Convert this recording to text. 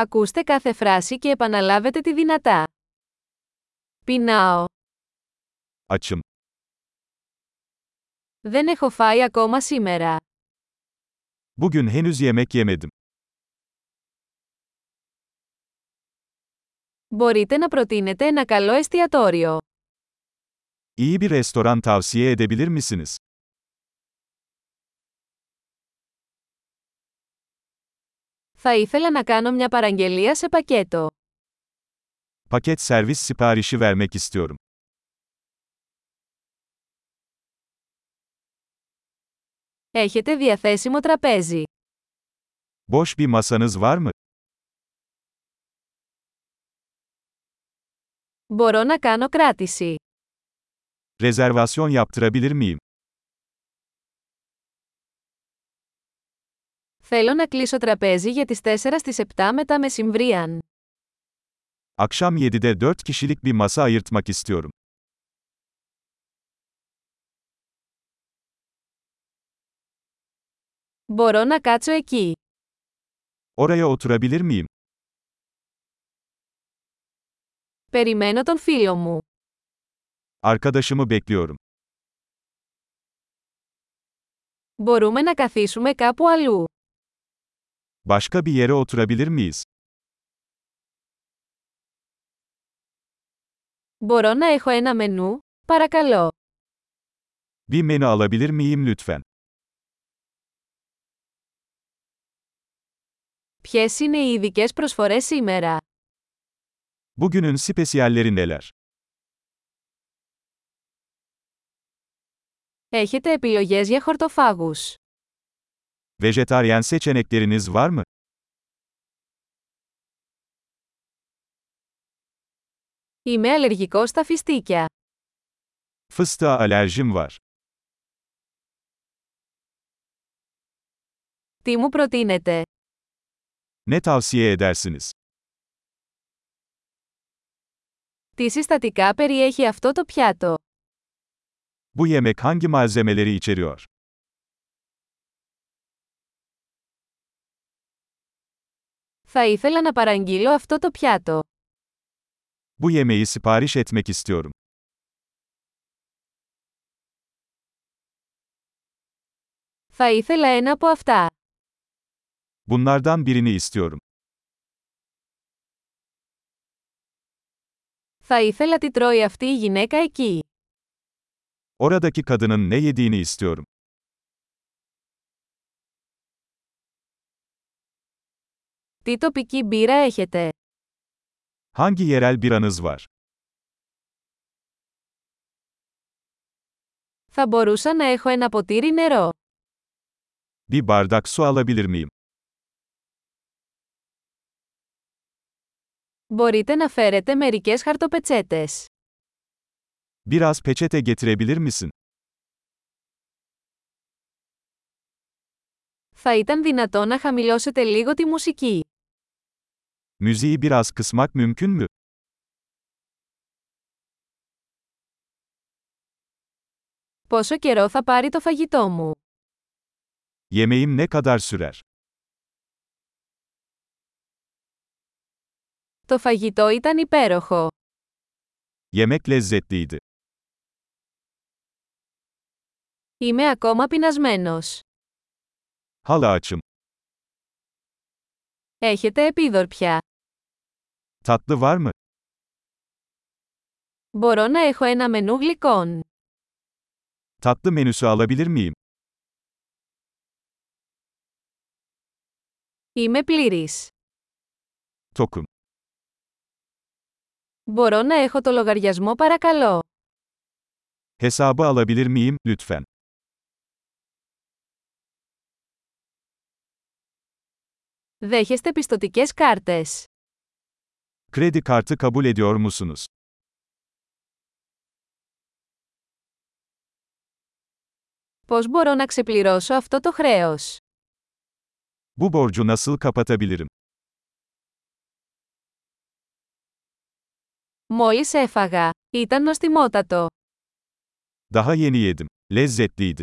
Ακούστε κάθε φράση και επαναλάβετε τη δυνατά. Πεινάω. Açım. Δεν έχω φάει ακόμα σήμερα. Bugün henüz yemek yemedim. Μπορείτε να προτείνετε ένα καλό εστιατόριο. İyi bir restoran tavsiye edebilir misiniz? Θα ήθελα να κάνω μια παραγγελία σε πακέτο. Paket servis siparişi vermek istiyorum. Έχετε διαθέσιμο τραπέζι. Boş bir masanız var mı? Μπορώ να κάνω κράτηση. Rezervasyon yaptırabilir miyim? Θέλω να κλείσω τραπέζι για τις 4 στις 7 μετά μεσημβρίαν. Akşam 7'de 4 kişilik bir masa ayırtmak istiyorum. Μπορώ να κάτσω εκεί. Oraya oturabilir miyim? Περιμένω τον φίλο μου. Arkadaşımı bekliyorum. Μπορούμε να καθίσουμε κάπου αλλού. Başka bir yere oturabilir miyiz? Μπορώ να έχω ένα μενού, παρακαλώ. Bir menü alabilir miyim lütfen? Ποιες είναι οι ειδικές προσφορές σήμερα. Bugünün spesiyalleri neler? Έχετε επιλογές για χορτοφάγους. Vejetaryen seçenekleriniz var mı? Είμαι αλλεργικός στα φιστίκια. Fıstığa alerjim var. Τι μου προτείνετε. Ne tavsiye edersiniz? Τι συστατικά περιέχει αυτό το πιάτο. Bu yemek hangi malzemeleri içeriyor? Θα ήθελα να παραγγείλω αυτό το πιάτο. Bu yemeği sipariş etmek istiyorum. Θα ήθελα ένα από αυτά. Bunlardan birini istiyorum. Θα ήθελα τι τρώει αυτή η γυναίκα εκεί. Oradaki kadının ne yediğini istiyorum. Τι τοπική μπύρα έχετε. Hangi yerel biranız var? Θα μπορούσα να έχω ένα ποτήρι νερό. Bir bardak su alabilir miyim? Μπορείτε να φέρετε μερικές χαρτοπετσέτες. Biraz peçete getirebilir misin? Θα ήταν δυνατό να χαμηλώσετε λίγο τη μουσική. Müziği biraz kısmak mümkün mü? Πόσο καιρό θα πάρει το φαγητό μου. Yemeğim ne kadar sürer? Το φαγητό ήταν υπέροχο. Yemek lezzetliydi. Είμαι ακόμα πεινασμένος. Hala açım. Έχετε επίδορπια. Tatlı var mı? Μπορώ να έχω ένα μενού γλυκών. Tatlı menüsü alabilir miyim? Είμαι πλήρης. Tokum. Μπορώ να έχω το λογαριασμό παρακαλώ. Hesabı alabilir miyim, lütfen? Δέχεστε πιστοτικές κάρτες. Kredi kartı kabul ediyor musunuz? Πώς μπορώ να ξεπληρώσω αυτό το χρέος. Bu borcu nasıl kapatabilirim? Μόλις έφαγα. Ήταν νοστιμότατο. Daha yeni yedim. Lezzetliydi.